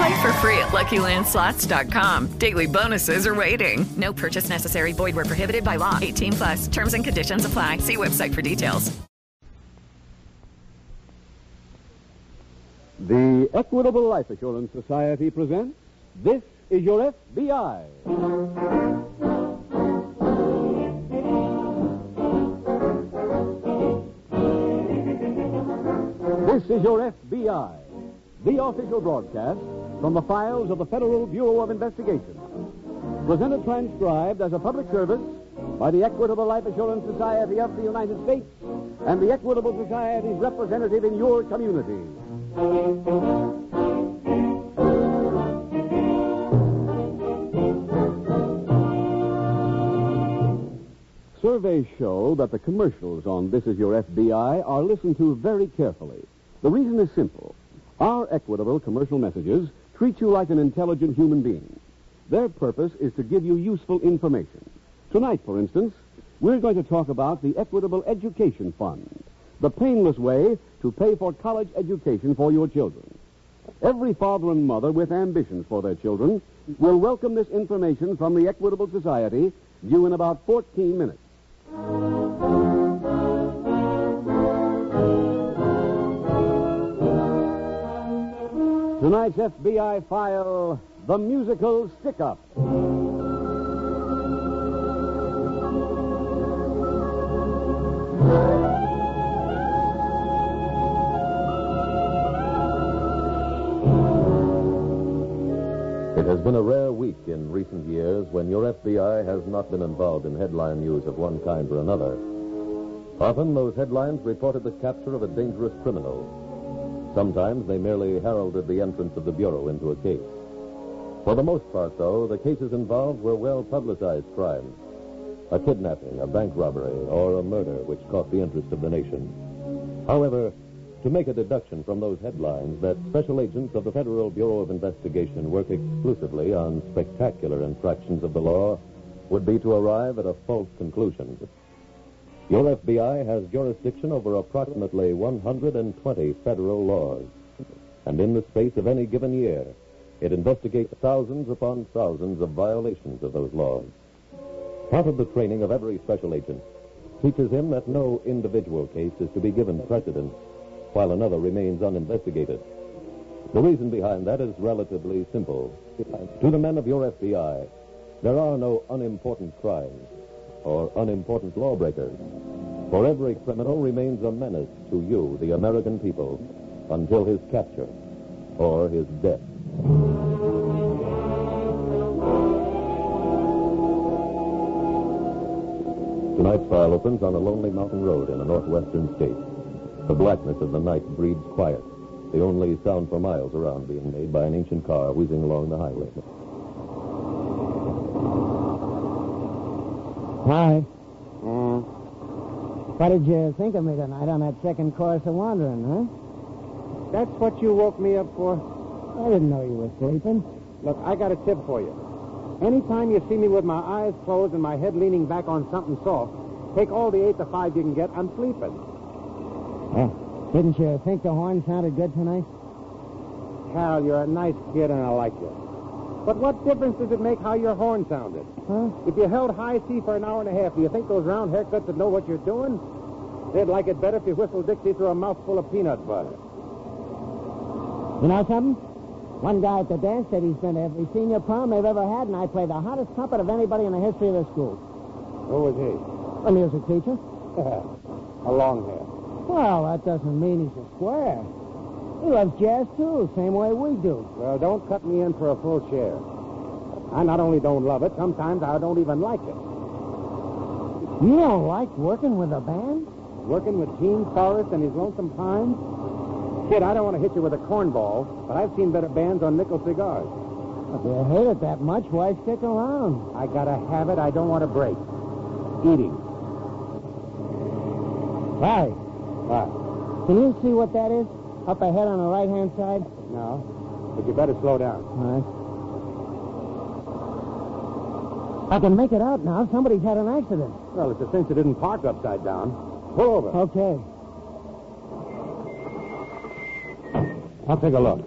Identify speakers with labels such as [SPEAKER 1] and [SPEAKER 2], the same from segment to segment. [SPEAKER 1] Play for free at LuckyLandSlots.com. Daily bonuses are waiting. No purchase necessary. Void were prohibited by law. 18 plus. Terms and conditions apply. See website for details.
[SPEAKER 2] The Equitable Life Assurance Society presents This is Your FBI. This is Your FBI, the official broadcast from the files of the Federal Bureau of Investigation. Presented transcribed as a public service by the Equitable Life Assurance Society of the United States and the Equitable Society's representative in your community. Surveys show that the commercials on This Is Your FBI are listened to very carefully. The reason is simple. Our equitable commercial messages treat you like an intelligent human being. Their purpose is to give you useful information. Tonight, for instance, we're going to talk about the Equitable Education Fund, the painless way to pay for college education for your children. Every father and mother with ambitions for their children will welcome this information from the Equitable Society due in about 14 minutes. Tonight's FBI file, The Musical Stick Up.
[SPEAKER 3] It has been a rare week in recent years when your FBI has not been involved in headline news of one kind or another. Often those headlines reported the capture of a dangerous criminal. Sometimes they merely heralded the entrance of the Bureau into a case. For the most part, though, the cases involved were well publicized crimes a kidnapping, a bank robbery, or a murder which caught the interest of the nation. However, to make a deduction from those headlines that special agents of the Federal Bureau of Investigation work exclusively on spectacular infractions of the law would be to arrive at a false conclusion. Your FBI has jurisdiction over approximately 120 federal laws, and in the space of any given year, it investigates thousands upon thousands of violations of those laws. Part of the training of every special agent teaches him that no individual case is to be given precedence while another remains uninvestigated. The reason behind that is relatively simple. To the men of your FBI, there are no unimportant crimes or unimportant lawbreakers, for every criminal remains a menace to you, the American people, until his capture or his death. Tonight's file opens on a lonely mountain road in a northwestern state. The blackness of the night breeds quiet, the only sound for miles around being made by an ancient car whizzing along the highway.
[SPEAKER 4] Hi. what did you think of me tonight on that second course of wandering, huh?
[SPEAKER 5] That's what you woke me up for?
[SPEAKER 4] I didn't know you were sleeping.
[SPEAKER 5] Look, I got a tip for you. Anytime you see me with my eyes closed and my head leaning back on something soft, take all the eight to five you can get. I'm sleeping.
[SPEAKER 4] Oh, Didn't you think the horn sounded good tonight?
[SPEAKER 5] Hal, you're a nice kid and I like you. But what difference does it make how your horn sounded?
[SPEAKER 4] Huh?
[SPEAKER 5] If you held high C for an hour and a half, do you think those round haircuts would know what you're doing? They'd like it better if you whistled Dixie through a mouthful of peanut butter.
[SPEAKER 4] You know something? One guy at the dance said he's been to every senior prom they've ever had, and I play the hottest trumpet of anybody in the history of the school.
[SPEAKER 5] Who was he?
[SPEAKER 4] A music teacher.
[SPEAKER 5] a long hair.
[SPEAKER 4] Well, that doesn't mean he's a square. He loves jazz, too, same way we do.
[SPEAKER 3] Well, don't cut me in for a full share. I not only don't love it, sometimes I don't even like it.
[SPEAKER 4] You don't like working with a band?
[SPEAKER 3] Working with Gene Forrest and his Lonesome Pines? Kid, I don't want to hit you with a cornball, but I've seen better bands on nickel cigars.
[SPEAKER 4] If you hate it that much, why stick around?
[SPEAKER 3] I got a habit I don't want to break. Eating.
[SPEAKER 4] Larry,
[SPEAKER 3] What?
[SPEAKER 4] can you see what that is? Up ahead on the right-hand side?
[SPEAKER 3] No. But you better slow down.
[SPEAKER 4] All right. I can make it out now. Somebody's had an accident.
[SPEAKER 3] Well, it's a cinch it didn't park upside down. Pull over.
[SPEAKER 4] Okay.
[SPEAKER 3] I'll take a look.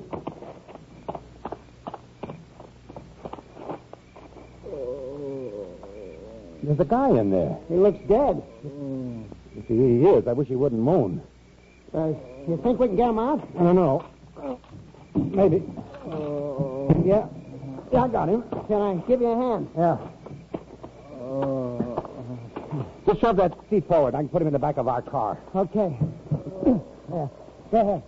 [SPEAKER 3] There's a guy in there. He looks dead. If he is, I wish he wouldn't moan.
[SPEAKER 4] Hmm. Uh, you think we can get him out?
[SPEAKER 3] I don't know. Maybe. yeah. Yeah, I got him.
[SPEAKER 4] Can Oh. I give you a hand?
[SPEAKER 3] Yeah. Uh, Just shove that seat forward. I can put him in the back of our car.
[SPEAKER 4] Okay. yeah. Go ahead.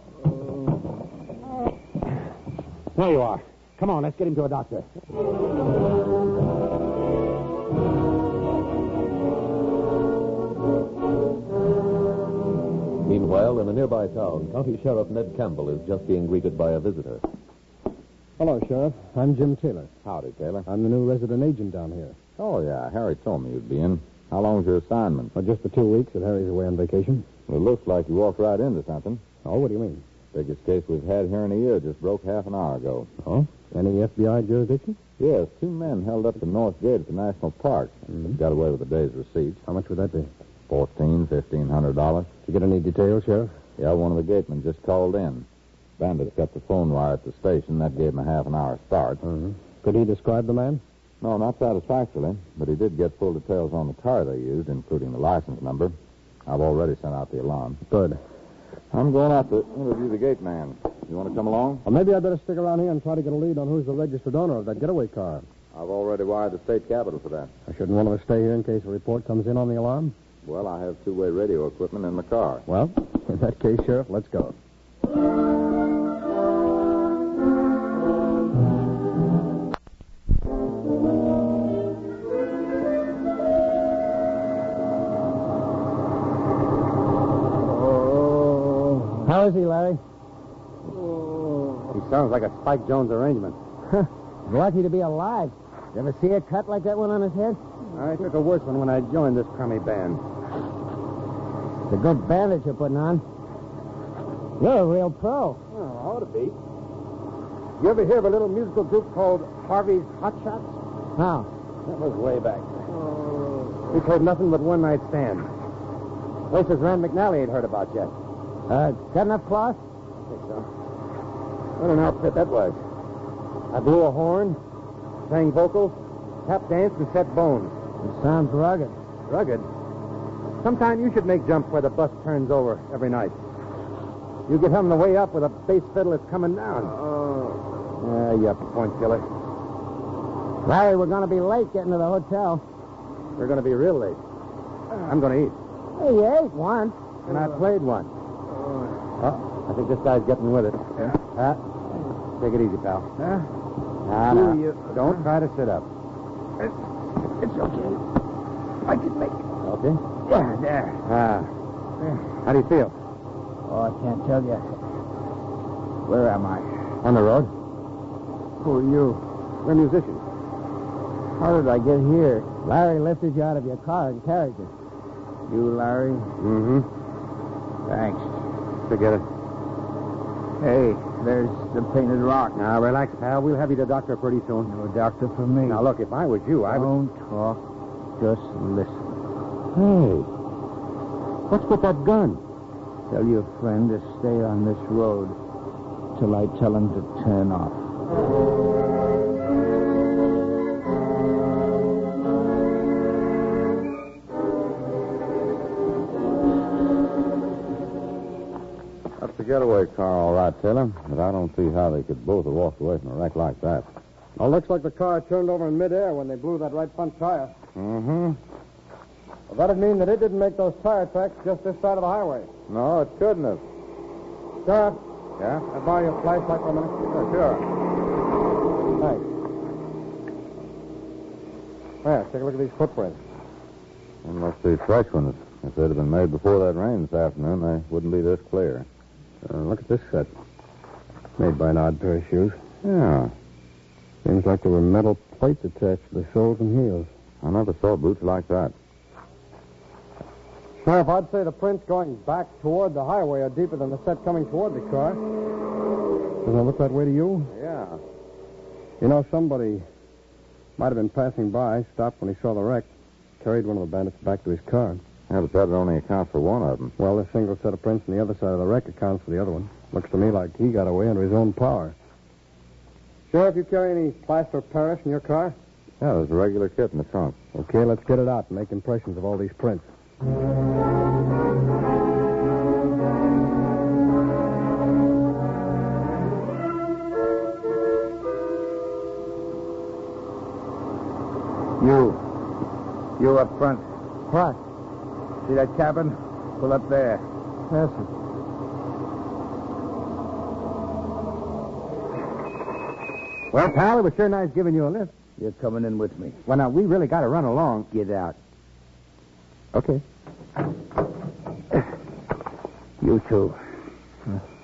[SPEAKER 3] There you are. Come on, let's get him to a doctor.
[SPEAKER 6] Meanwhile, in a nearby town, County Sheriff Ned Campbell is just being greeted by a visitor.
[SPEAKER 3] Hello, Sheriff. I'm Jim Taylor.
[SPEAKER 7] Howdy, Taylor.
[SPEAKER 3] I'm the new resident agent down here.
[SPEAKER 7] Oh, yeah. Harry told me you'd be in. How long's your assignment?
[SPEAKER 3] For just the two weeks that Harry's away on vacation.
[SPEAKER 7] It looks like you walked right into something.
[SPEAKER 3] Oh, what do you mean?
[SPEAKER 7] Biggest case we've had here in a year just broke half an hour ago.
[SPEAKER 3] Oh? Any FBI jurisdiction?
[SPEAKER 7] Yes, two men held up the north gate at the national park. Got away with a day's receipts.
[SPEAKER 3] Mm-hmm. How much would that be?
[SPEAKER 7] Fourteen, fifteen hundred dollars.
[SPEAKER 3] Did you get any details, Sheriff?
[SPEAKER 7] Yeah, one of the gatemen just called in. Bandits cut the phone wire at the station. That gave him a half an hour start.
[SPEAKER 3] Mm-hmm. Could he describe the man?
[SPEAKER 7] No, not satisfactorily, but he did get full details on the car they used, including the license number. I've already sent out the alarm.
[SPEAKER 3] Good.
[SPEAKER 7] I'm going out to interview the gate man. You want to come along?
[SPEAKER 3] Well, maybe I better stick around here and try to get a lead on who's the registered owner of that getaway car.
[SPEAKER 7] I've already wired the state capitol for that.
[SPEAKER 3] I shouldn't want to stay here in case a report comes in on the alarm.
[SPEAKER 7] Well, I have two-way radio equipment in the car.
[SPEAKER 3] Well, in that case, Sheriff, let's go. Oh.
[SPEAKER 4] How is he, Larry?
[SPEAKER 3] He sounds like a Spike Jones arrangement.
[SPEAKER 4] Lucky to be alive. You ever see a cut like that one on his head?
[SPEAKER 3] I took a worse one when I joined this crummy band.
[SPEAKER 4] It's a good bandage you're putting on. You're a real pro.
[SPEAKER 3] Well, Oh, ought to be. You ever hear of a little musical group called Harvey's Hot Shots?
[SPEAKER 4] How?
[SPEAKER 3] That was way back. We played nothing but one night stand. Places Rand McNally ain't heard about yet.
[SPEAKER 4] Uh, got enough cloth?
[SPEAKER 3] Think so. What an outfit that was. I blew a horn, sang vocals, tap danced, and set bones.
[SPEAKER 4] It sounds rugged.
[SPEAKER 3] Rugged. Sometime you should make jumps where the bus turns over every night. You get him the way up with a bass fiddle that's coming down. Oh. Yeah, you point killer.
[SPEAKER 4] Larry, we're going to be late getting to the hotel.
[SPEAKER 3] We're going to be real late. I'm going to eat.
[SPEAKER 4] Hey, you ate once.
[SPEAKER 3] And I played one. Oh, I think this guy's getting with it. Uh, take it easy, pal. Huh? No, no. Don't try to sit up. It's okay. I can make it. Okay? Yeah, there. Ah. How do you feel?
[SPEAKER 4] Oh, I can't tell you. Where am I?
[SPEAKER 3] On the road?
[SPEAKER 4] Who are you?
[SPEAKER 3] We're musicians.
[SPEAKER 4] How did I get here? Larry lifted you out of your car and carried you. You, Larry?
[SPEAKER 3] Mm-hmm.
[SPEAKER 4] Thanks.
[SPEAKER 3] Forget it.
[SPEAKER 4] Hey, there's the painted rock.
[SPEAKER 3] Now, relax, pal. We'll have you to doctor pretty soon.
[SPEAKER 4] No doctor for me.
[SPEAKER 3] Now, look, if I was you, I would...
[SPEAKER 4] Don't talk. Just listen.
[SPEAKER 3] Hey. What's with that gun?
[SPEAKER 4] Tell your friend to stay on this road till I tell him to turn off.
[SPEAKER 7] That's the getaway car, all right, Taylor. But I don't see how they could both have walked away from a wreck like that.
[SPEAKER 3] Well, looks like the car turned over in midair when they blew that right front tire.
[SPEAKER 7] Mm-hmm.
[SPEAKER 8] Well, that'd mean that it didn't make those tire tracks just this side of the highway.
[SPEAKER 3] No, it couldn't have.
[SPEAKER 8] Sheriff,
[SPEAKER 3] Yeah?
[SPEAKER 8] I borrow your flashlight for a minute.
[SPEAKER 9] Oh,
[SPEAKER 3] sure. Thanks. Well, take a look at these footprints.
[SPEAKER 9] They must be fresh ones. If they'd have been made before that rain this afternoon, they wouldn't be this clear. Uh, look at this set.
[SPEAKER 10] Made by an odd pair of shoes.
[SPEAKER 9] Yeah.
[SPEAKER 10] Seems like there were metal plates attached to the soles and heels.
[SPEAKER 9] I never saw boots like that.
[SPEAKER 8] Sheriff, I'd say the prints going back toward the highway are deeper than the set coming toward the car.
[SPEAKER 10] Doesn't it look that way to you?
[SPEAKER 8] Yeah.
[SPEAKER 10] You know, somebody might have been passing by, stopped when he saw the wreck, carried one of the bandits back to his car.
[SPEAKER 9] Yeah, but that would only account for one of them.
[SPEAKER 10] Well, this single set of prints on the other side of the wreck accounts for the other one. Looks to me like he got away under his own power.
[SPEAKER 8] Sheriff, you carry any plaster of Paris in your car?
[SPEAKER 9] Yeah, there's a regular kit in the trunk.
[SPEAKER 10] Okay, let's get it out and make impressions of all these prints.
[SPEAKER 3] You. You up front. What? See that cabin? Pull up there.
[SPEAKER 8] Yes,
[SPEAKER 3] Well, pal, it was sure nice giving you a lift. You're coming in with me. Well, now, we really got to run along. Get out. Okay. You too.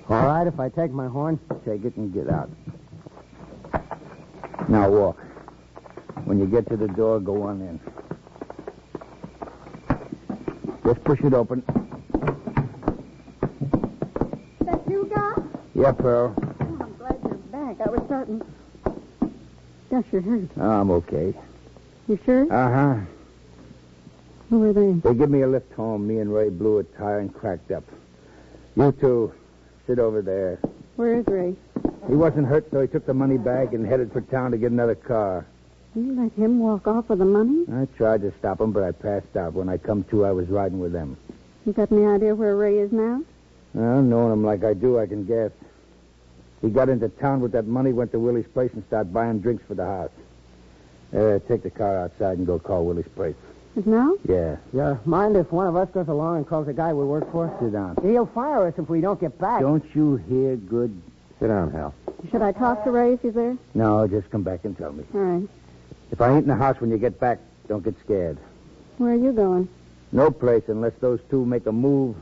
[SPEAKER 11] All right, if I take my horn.
[SPEAKER 3] Take it and get out. Now walk. When you get to the door, go on in. Just push it open.
[SPEAKER 12] That you got?
[SPEAKER 3] Yeah, Pearl.
[SPEAKER 12] Oh, I'm glad you're back. I was certain. Gosh, you're hurt.
[SPEAKER 3] I'm okay.
[SPEAKER 12] You sure?
[SPEAKER 3] Uh huh.
[SPEAKER 12] Who were they?
[SPEAKER 3] They give me a lift home. Me and Ray blew a tire and cracked up. You two, sit over there.
[SPEAKER 12] Where is Ray?
[SPEAKER 3] He wasn't hurt, so he took the money bag and headed for town to get another car.
[SPEAKER 12] You let him walk off with the money?
[SPEAKER 3] I tried to stop him, but I passed out. When I come to, I was riding with them.
[SPEAKER 12] You got any idea where Ray is now?
[SPEAKER 3] Well, knowing him like I do, I can guess. He got into town with that money, went to Willie's place, and started buying drinks for the house. Uh, take the car outside and go call Willie's place.
[SPEAKER 12] Now?
[SPEAKER 3] Yeah.
[SPEAKER 11] Yeah. Mind if one of us goes along and calls the guy we work for?
[SPEAKER 3] Sit down.
[SPEAKER 11] He'll fire us if we don't get back.
[SPEAKER 3] Don't you hear good? Sit down, Hal.
[SPEAKER 12] Should I talk to Ray if he's there?
[SPEAKER 3] No, just come back and tell me.
[SPEAKER 12] All right.
[SPEAKER 3] If I ain't in the house when you get back, don't get scared.
[SPEAKER 12] Where are you going?
[SPEAKER 3] No place unless those two make a move.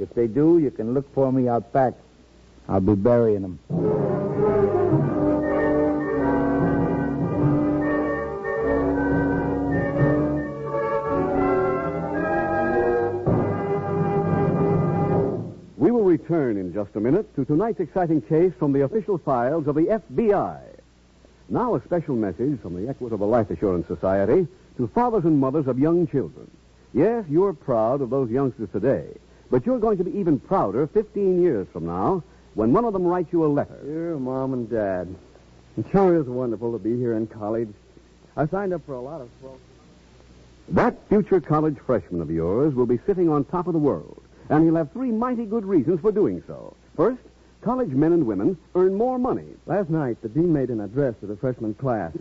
[SPEAKER 3] If they do, you can look for me out back. I'll be burying them.
[SPEAKER 4] We will return in just a minute to tonight's exciting case from the official files of the FBI. Now, a special message from the Equitable Life Assurance Society to fathers and mothers of young children. Yes, you're proud of those youngsters today, but you're going to be even prouder 15 years from now when one of them writes you a letter.
[SPEAKER 13] Dear Mom and Dad, it sure is wonderful to be here in college. I signed up for a lot of well,
[SPEAKER 4] That future college freshman of yours will be sitting on top of the world, and he'll have three mighty good reasons for doing so. First, college men and women earn more money.
[SPEAKER 13] Last night, the dean made an address to the freshman class.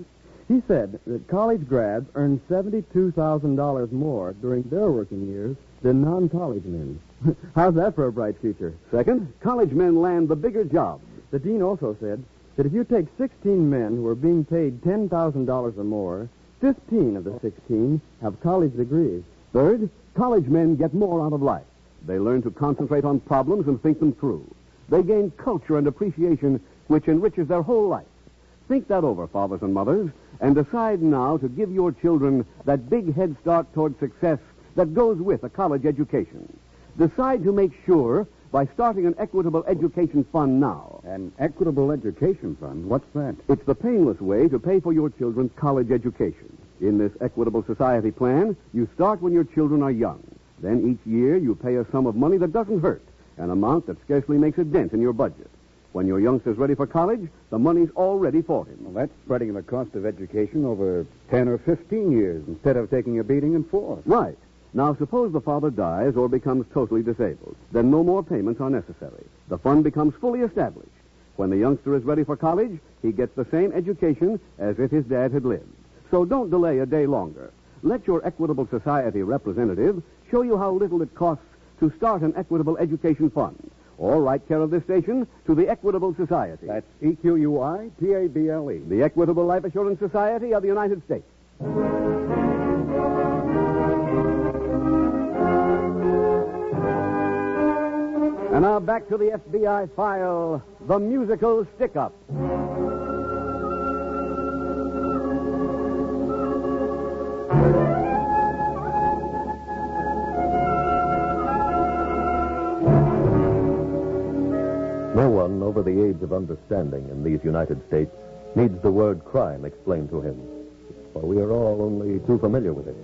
[SPEAKER 13] He said that college grads earn $72,000 more during their working years than non college men. How's that for a bright future?
[SPEAKER 4] Second, college men land the bigger jobs.
[SPEAKER 13] The dean also said that if you take 16 men who are being paid $10,000 or more, 15 of the 16 have college degrees.
[SPEAKER 4] Third, college men get more out of life. They learn to concentrate on problems and think them through. They gain culture and appreciation, which enriches their whole life. Think that over, fathers and mothers, and decide now to give your children that big head start toward success that goes with a college education. Decide to make sure by starting an equitable education fund now. An equitable education fund? What's that? It's the painless way to pay for your children's college education. In this equitable society plan, you start when your children are young. Then each year you pay a sum of money that doesn't hurt, an amount that scarcely makes a dent in your budget. When your youngster's ready for college, the money's already for him.
[SPEAKER 14] Well, that's spreading the cost of education over 10 or 15 years instead of taking a beating in four.
[SPEAKER 4] Right. Now, suppose the father dies or becomes totally disabled. Then no more payments are necessary. The fund becomes fully established. When the youngster is ready for college, he gets the same education as if his dad had lived. So don't delay a day longer.
[SPEAKER 15] let your Equitable Society representative show you how little it costs to start an Equitable Education Fund. Or write care of this station to the Equitable Society. That's E Q U I T A B L E. The Equitable Life Assurance Society of the United States.
[SPEAKER 16] And now back to the FBI file the musical stick up.
[SPEAKER 4] No one over the age of understanding in these United States needs the word crime explained to him, for we are all only too familiar with it.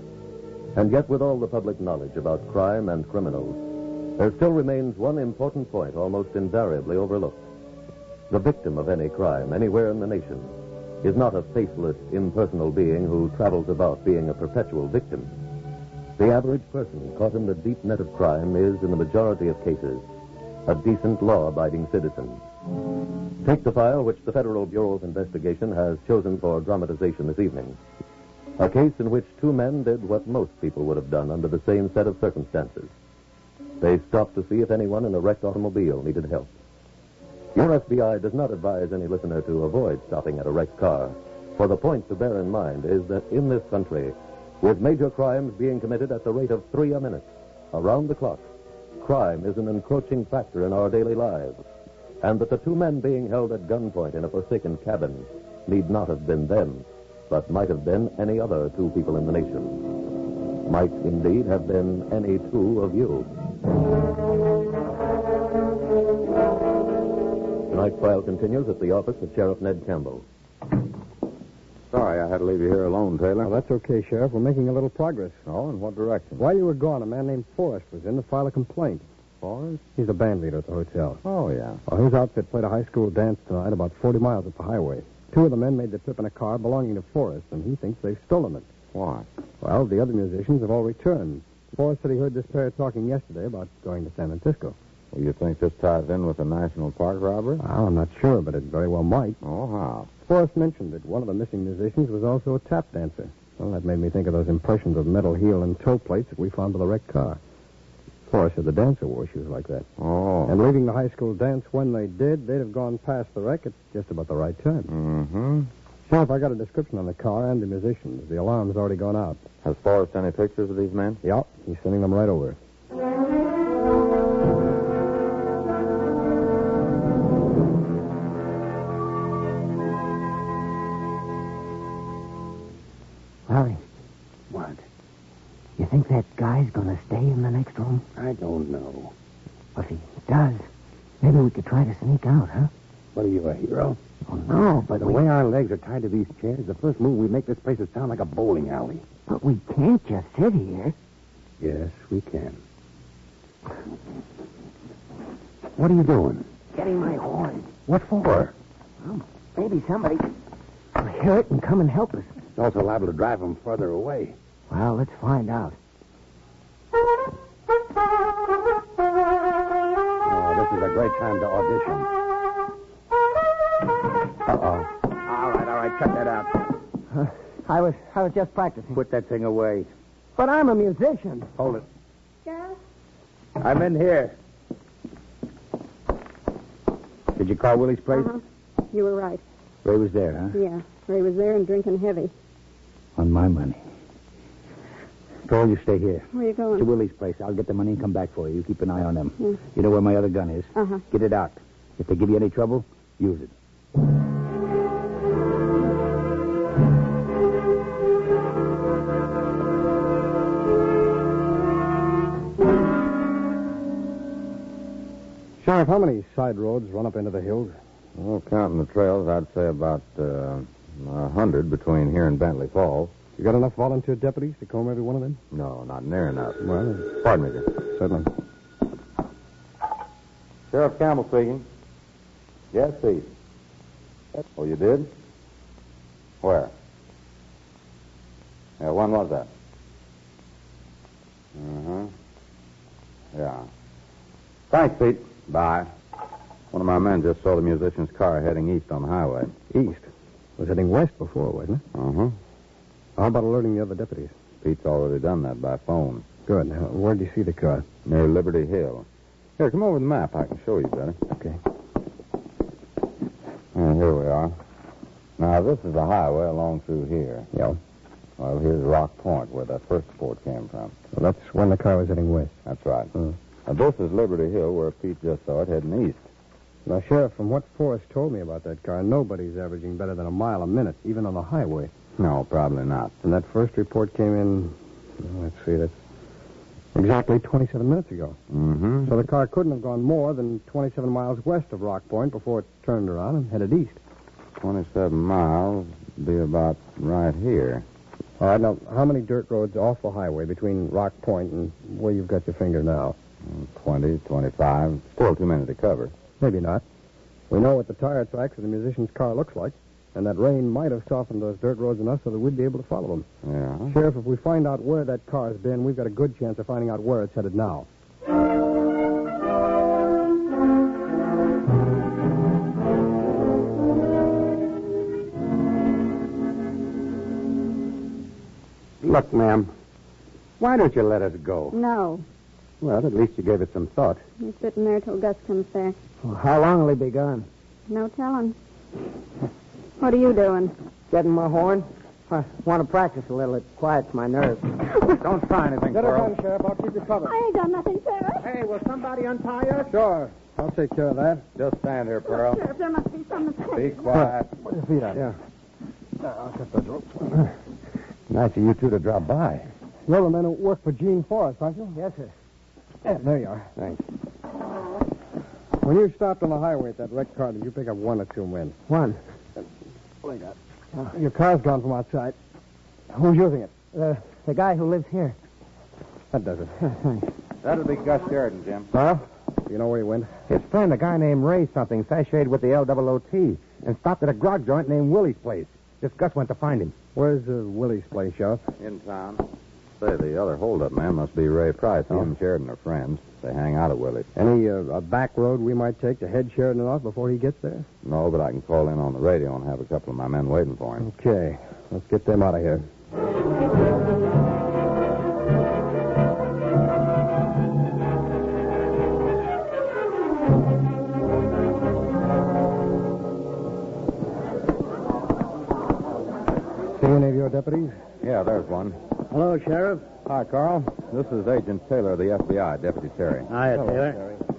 [SPEAKER 4] And yet, with all the public knowledge about crime and criminals, there still remains one important point almost invariably overlooked. The victim of any crime anywhere in the nation is not a faceless, impersonal being who travels about being a perpetual victim. The average person caught in the deep net of crime is, in the majority of cases, a decent law abiding citizen. Take the file which the Federal Bureau of Investigation has chosen for dramatization this evening. A case in which two men did what most people would have done under the same set of circumstances. They stopped to see if anyone in a wrecked automobile needed help. Your FBI does not advise any listener to avoid stopping at a wrecked car, for the point to bear in mind is that in this country, with major crimes being committed at the rate of three a minute, around the clock, crime is an encroaching factor in our daily lives, and that the two men being held at gunpoint in a forsaken cabin need not have been them, but might have been any other two people in the nation. Might indeed have been any two of you. Tonight's file continues at the office of Sheriff Ned Campbell.
[SPEAKER 17] Sorry, I had to leave you here alone, Taylor.
[SPEAKER 3] Oh, that's okay, Sheriff. We're making a little progress.
[SPEAKER 17] Oh, in what direction?
[SPEAKER 3] While you were gone, a man named Forrest was in to file a complaint.
[SPEAKER 17] Forrest?
[SPEAKER 3] He's a band leader at the hotel.
[SPEAKER 17] Oh, yeah.
[SPEAKER 3] Well, his outfit played a high school dance tonight about 40 miles up the highway. Two of the men made the trip in a car belonging to Forrest, and he thinks they've stolen it.
[SPEAKER 17] Why?
[SPEAKER 3] Well, the other musicians have all returned. Forrest said he heard this pair talking yesterday about going to San Francisco.
[SPEAKER 18] Well, you think this ties in with the National Park robbery?
[SPEAKER 3] Well, I'm not sure, but it very well might.
[SPEAKER 17] Oh, how?
[SPEAKER 3] Forrest mentioned that one of the missing musicians was also a tap dancer. Well, that made me think of those impressions of metal heel and toe plates that we found with the wrecked car. Forrest said the dancer wore shoes like that.
[SPEAKER 17] Oh.
[SPEAKER 3] And leaving the high school dance when they did, they'd have gone past the wreck at just about the right time.
[SPEAKER 17] Mm-hmm.
[SPEAKER 3] Sheriff, I got a description on the car and the musicians. The alarm's already gone out.
[SPEAKER 18] Has Forrest any pictures of these men?
[SPEAKER 3] Yep, he's sending them right over.
[SPEAKER 19] Larry,
[SPEAKER 20] What?
[SPEAKER 19] you think that guy's gonna stay in the next room?
[SPEAKER 20] I don't know.
[SPEAKER 19] Well, if he does, maybe we could try to sneak out, huh?
[SPEAKER 20] What are you, a hero?
[SPEAKER 19] Oh, no, but
[SPEAKER 20] the
[SPEAKER 19] we,
[SPEAKER 20] way our legs are tied to these chairs, the first move we make this place will sound like a bowling alley.
[SPEAKER 19] but we can't just sit here.
[SPEAKER 20] Yes, we can. What are you doing?
[SPEAKER 19] Getting my horn.
[SPEAKER 20] What for?
[SPEAKER 19] Maybe somebody will hear it and come and help us.
[SPEAKER 20] It's also liable to drive them further away.
[SPEAKER 19] Well, let's find out.
[SPEAKER 20] Oh, this is a great time to audition. Uh-oh. All right, all right, cut that out.
[SPEAKER 19] I was I was just practicing.
[SPEAKER 20] Put that thing away.
[SPEAKER 19] But I'm a musician.
[SPEAKER 20] Hold it. I'm in here. Did you call Willie's place?
[SPEAKER 21] Uh-huh. You were right.
[SPEAKER 20] Ray was there, huh?
[SPEAKER 21] Yeah. Ray was there and drinking heavy.
[SPEAKER 20] On my money. Paul, you stay here.
[SPEAKER 21] Where you
[SPEAKER 20] To
[SPEAKER 21] going?
[SPEAKER 20] Willie's place. I'll get the money and come back for you. You keep an eye on them.
[SPEAKER 21] Mm.
[SPEAKER 20] You know where my other gun is.
[SPEAKER 21] Uh-huh.
[SPEAKER 20] Get it out. If they give you any trouble, use it.
[SPEAKER 3] Sheriff, how many side roads run up into the hills?
[SPEAKER 18] Well, counting the trails, I'd say about uh, a hundred between here and Bentley Falls.
[SPEAKER 3] You got enough volunteer deputies to comb every one of them?
[SPEAKER 18] No, not near enough.
[SPEAKER 3] Well,
[SPEAKER 18] Pardon me, sir.
[SPEAKER 3] certainly.
[SPEAKER 18] Sheriff Campbell speaking. Yes, Steve. Oh, you did? Where? Yeah, when was that? Uh-huh. Yeah. Thanks, Pete. Bye. One of my men just saw the musician's car heading east on the highway.
[SPEAKER 3] East. Was heading west before, wasn't it?
[SPEAKER 18] Uh-huh.
[SPEAKER 3] How about alerting the other deputies?
[SPEAKER 22] Mm-hmm. Pete's already done that by phone.
[SPEAKER 3] Good. Now, where'd you see the car?
[SPEAKER 22] Near Liberty Hill. Here, come over with the map. I can show you better.
[SPEAKER 3] Okay.
[SPEAKER 22] Uh, here we are. Now, this is the highway along through here.
[SPEAKER 3] Yeah.
[SPEAKER 22] Well, here's Rock Point, where that first report came from.
[SPEAKER 3] So that's when the car was heading west. Mm.
[SPEAKER 22] That's right. Now, this is Liberty Hill, where Pete just saw it heading east.
[SPEAKER 3] Now, Sheriff, from what Forrest told me about that car, nobody's averaging better than a mile a minute, even on the highway.
[SPEAKER 22] No, probably not.
[SPEAKER 3] And that first report came in, well, let's see, that's exactly 27 minutes ago.
[SPEAKER 22] Mm-hmm.
[SPEAKER 3] So the car couldn't have gone more than 27 miles west of Rock Point before it turned around and headed east.
[SPEAKER 22] 27 miles would be about right here.
[SPEAKER 3] All right, now, how many dirt roads off the highway between Rock Point and where you've got your finger now?
[SPEAKER 23] Mm,
[SPEAKER 22] Twenty, twenty-five. Still too many to cover.
[SPEAKER 3] Maybe not. We know what the tire tracks of the musician's car looks like, and that rain might have softened those dirt roads enough so that we'd be able to follow them.
[SPEAKER 22] Yeah.
[SPEAKER 3] Sheriff, if we find out where that car's been, we've got a good chance of finding out where it's headed now.
[SPEAKER 23] Look, ma'am, why don't you let us go?
[SPEAKER 21] No.
[SPEAKER 23] Well, at least you gave it some thought.
[SPEAKER 21] He's sitting there till Gus comes back.
[SPEAKER 4] how long will he be gone?
[SPEAKER 21] No telling. What are you doing?
[SPEAKER 4] Getting my horn? I want to practice a little. It quiets my nerves.
[SPEAKER 23] Don't try anything,
[SPEAKER 24] Get her done, Sheriff. I'll keep you covered.
[SPEAKER 21] I ain't done nothing, Sheriff.
[SPEAKER 24] Hey, will somebody untie us?
[SPEAKER 3] Sure. I'll take care of that.
[SPEAKER 25] Just stand here, Pearl.
[SPEAKER 21] Sheriff, there must be some
[SPEAKER 25] Be
[SPEAKER 21] mistake.
[SPEAKER 25] quiet.
[SPEAKER 23] Put your feet up.
[SPEAKER 3] Yeah.
[SPEAKER 23] I'll cut those ropes. nice of you two to drop by.
[SPEAKER 24] You're the men who work for Gene Forrest, aren't you?
[SPEAKER 4] Yes, sir.
[SPEAKER 24] Yeah, there you are.
[SPEAKER 23] Thanks.
[SPEAKER 3] When you stopped on the highway at that wrecked car, did you pick up one or two men?
[SPEAKER 4] One.
[SPEAKER 24] Uh, Your car's gone from outside. Who's using it?
[SPEAKER 4] Uh, the guy who lives here.
[SPEAKER 3] That does it.
[SPEAKER 4] Thanks.
[SPEAKER 25] That'll be Gus Sheridan, Jim.
[SPEAKER 4] Well,
[SPEAKER 3] You know where he went?
[SPEAKER 23] His friend, a guy named Ray something, sashayed with the LOOT and stopped at a grog joint named Willie's place. This Gus went to find him.
[SPEAKER 3] Where's uh, Willie's place, Sheriff?
[SPEAKER 25] In town.
[SPEAKER 22] Say, the other holdup man must be Ray Price. He and Sheridan are friends. They hang out at Willie's.
[SPEAKER 3] Any uh, a back road we might take to head Sheridan off before he gets there?
[SPEAKER 22] No, but I can call in on the radio and have a couple of my men waiting for him.
[SPEAKER 3] Okay. Let's get them out of here. See any of your deputies?
[SPEAKER 22] Yeah, there's one.
[SPEAKER 24] Oh,
[SPEAKER 4] Hello, Sheriff.
[SPEAKER 22] Hi, Carl. This is Agent Taylor of the FBI, Deputy Terry.
[SPEAKER 4] Hiya, Taylor.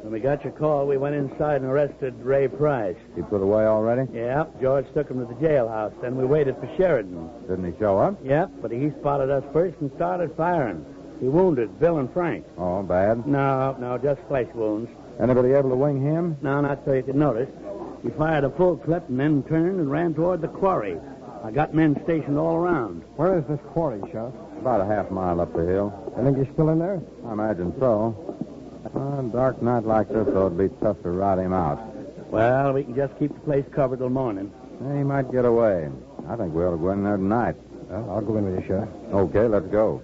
[SPEAKER 4] When we got your call, we went inside and arrested Ray Price.
[SPEAKER 22] He put away already?
[SPEAKER 4] Yep, George took him to the jailhouse. Then we waited for Sheridan.
[SPEAKER 22] Didn't he show up?
[SPEAKER 4] Yep, but he spotted us first and started firing. He wounded Bill and Frank.
[SPEAKER 22] Oh, bad.
[SPEAKER 4] No, no, just flesh wounds.
[SPEAKER 22] Anybody able to wing him?
[SPEAKER 4] No, not so you could notice. He fired a full clip and then turned and ran toward the quarry. I got men stationed all around.
[SPEAKER 3] Where is this quarry, Sheriff?
[SPEAKER 22] About a half mile up the hill.
[SPEAKER 3] I think you're still in there?
[SPEAKER 22] I imagine so. On a dark night like this, though, it'd be tough to rout him out.
[SPEAKER 4] Well, we can just keep the place covered till morning.
[SPEAKER 22] Yeah, He might get away. I think we ought to go in there tonight.
[SPEAKER 3] Well, I'll go in with you, Sheriff.
[SPEAKER 22] Okay, let's go.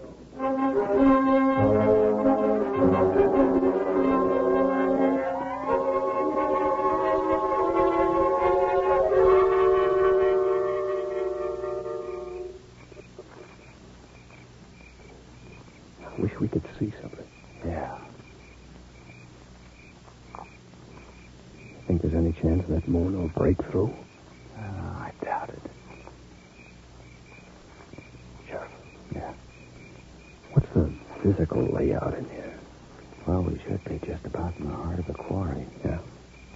[SPEAKER 3] Wish we could see something.
[SPEAKER 23] Yeah.
[SPEAKER 3] Think there's any chance that moon will break through?
[SPEAKER 23] Uh, I doubt it.
[SPEAKER 3] Sheriff,
[SPEAKER 23] Yeah.
[SPEAKER 3] what's the physical layout in here?
[SPEAKER 23] Well, we should be just about in the heart of the quarry.
[SPEAKER 3] Yeah.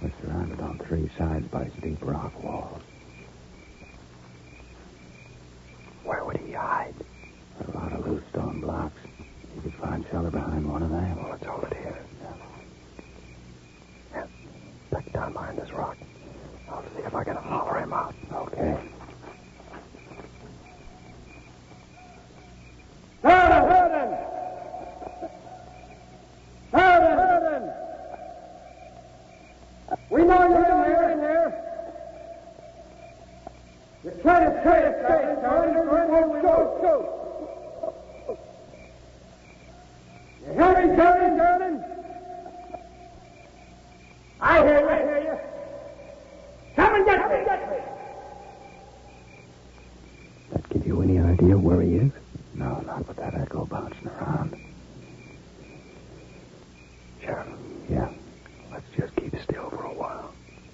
[SPEAKER 23] We're surrounded on three sides by steep rock walls.
[SPEAKER 3] Where would he hide?
[SPEAKER 23] A lot of loose stone blocks. You could find shelter behind one of them. Well, let's hold it here.
[SPEAKER 3] Back down behind this rock. I'll see if I can holler him out.
[SPEAKER 23] Okay.
[SPEAKER 24] We know you're in there. In there. You try to try to try to go, go. You hear me, Jordan, Jordan? I hear you. I hear you. Come and get me.
[SPEAKER 3] That give you any idea where he is?
[SPEAKER 23] No, not with that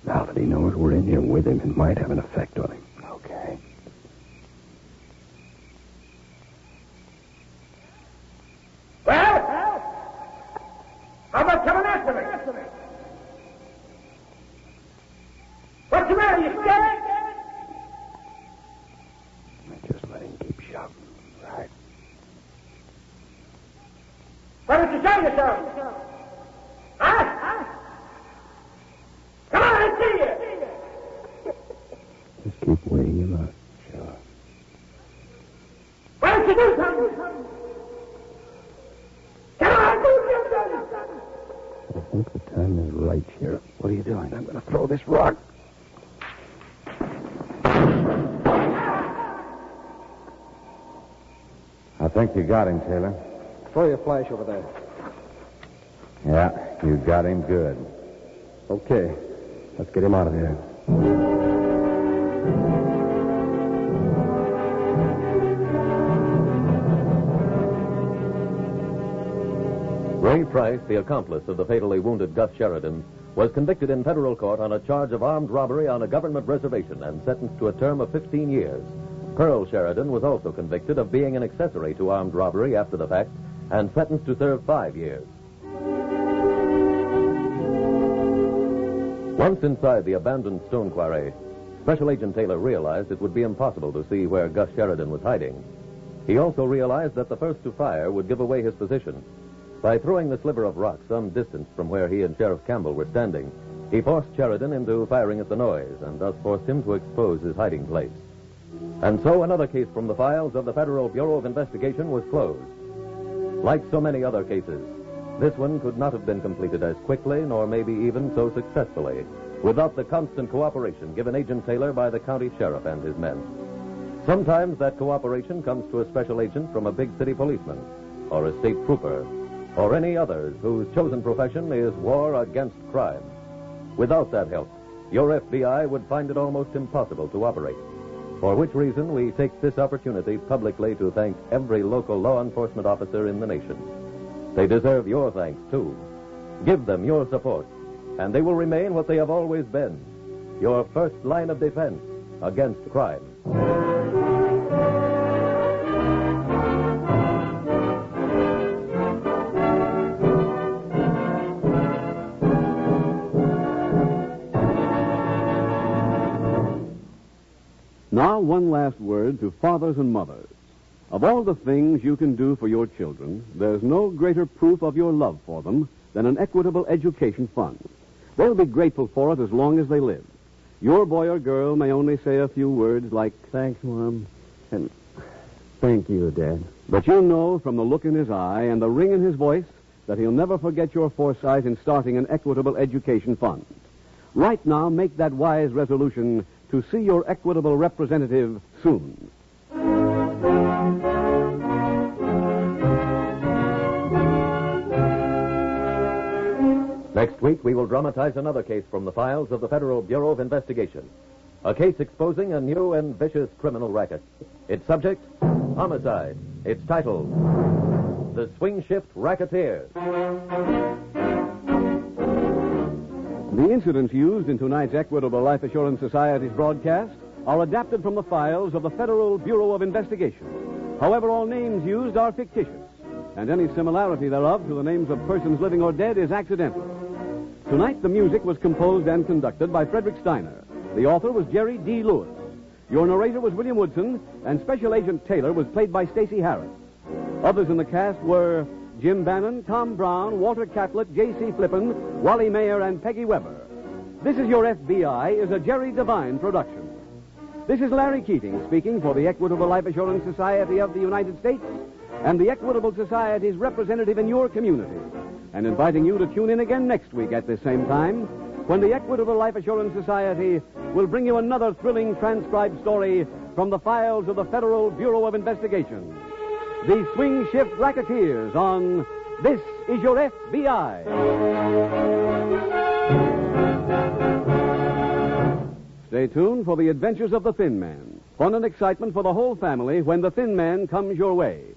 [SPEAKER 26] But he knows we're in here with him. It might have an effect on him. Okay.
[SPEAKER 4] Well? How about coming after me? What's the matter? You scared?
[SPEAKER 26] Just let him keep shouting. Right.
[SPEAKER 4] Why don't you show yourself? Huh? Come on, I see you.
[SPEAKER 26] Just keep weighing him out.
[SPEAKER 4] Why don't you do something? Come on, do something.
[SPEAKER 26] I think the time is right, Sheriff. What are you doing? I'm going to throw this rock.
[SPEAKER 27] I think you got him, Taylor.
[SPEAKER 28] Throw your flash over there.
[SPEAKER 27] Yeah, you got him good.
[SPEAKER 26] Okay. Let's get him out of here.
[SPEAKER 29] Ray Price, the accomplice of the fatally wounded Gus Sheridan, was convicted in federal court on a charge of armed robbery on a government reservation and sentenced to a term of 15 years. Pearl Sheridan was also convicted of being an accessory to armed robbery after the fact and sentenced to serve five years. Once inside the abandoned stone quarry, Special Agent Taylor realized it would be impossible to see where Gus Sheridan was hiding. He also realized that the first to fire would give away his position. By throwing the sliver of rock some distance from where he and Sheriff Campbell were standing, he forced Sheridan into firing at the noise and thus forced him to expose his hiding place. And so another case from the files of the Federal Bureau of Investigation was closed. Like so many other cases, this one could not have been completed as quickly, nor maybe even so successfully, without the constant cooperation given Agent Taylor by the county sheriff and his men. Sometimes that cooperation comes to a special agent from a big city policeman, or a state trooper, or any others whose chosen profession is war against crime. Without that help, your FBI would find it almost impossible to operate. For which reason, we take this opportunity publicly to thank every local law enforcement officer in the nation. They deserve your thanks, too. Give them your support, and they will remain what they have always been your first line of defense against crime.
[SPEAKER 3] Now, one last word to fathers and mothers. Of all the things you can do for your children, there's no greater proof of your love for them than an equitable education fund. They'll be grateful for it as long as they live. Your boy or girl may only say a few words like, Thanks, Mom, and Thank you, Dad. But you'll know from the look in his eye and the ring in his voice that he'll never forget your foresight in starting an equitable education fund. Right now, make that wise resolution to see your equitable representative soon.
[SPEAKER 29] Next week, we will dramatize another case from the files of the Federal Bureau of Investigation. A case exposing a new and vicious criminal racket. Its subject, homicide. Its title, The Swing Shift Racketeers.
[SPEAKER 3] The incidents used in tonight's Equitable Life Assurance Society's broadcast are adapted from the files of the Federal Bureau of Investigation. However, all names used are fictitious, and any similarity thereof to the names of persons living or dead is accidental. Tonight, the music was composed and conducted by Frederick Steiner. The author was Jerry D. Lewis. Your narrator was William Woodson, and Special Agent Taylor was played by Stacy Harris. Others in the cast were Jim Bannon, Tom Brown, Walter Catlett, J.C. Flippin, Wally Mayer, and Peggy Weber. This is Your FBI is a Jerry Devine production. This is Larry Keating speaking for the Equitable Life Assurance Society of the United States and the Equitable Society's representative in your community, and inviting you to tune in again next week at this same time when the Equitable Life Assurance Society will bring you another thrilling transcribed story from the files of the Federal Bureau of Investigation. The Swing Shift Racketeers on This Is Your FBI. Stay tuned for the adventures of the Thin Man. Fun and excitement for the whole family when the Thin Man comes your way.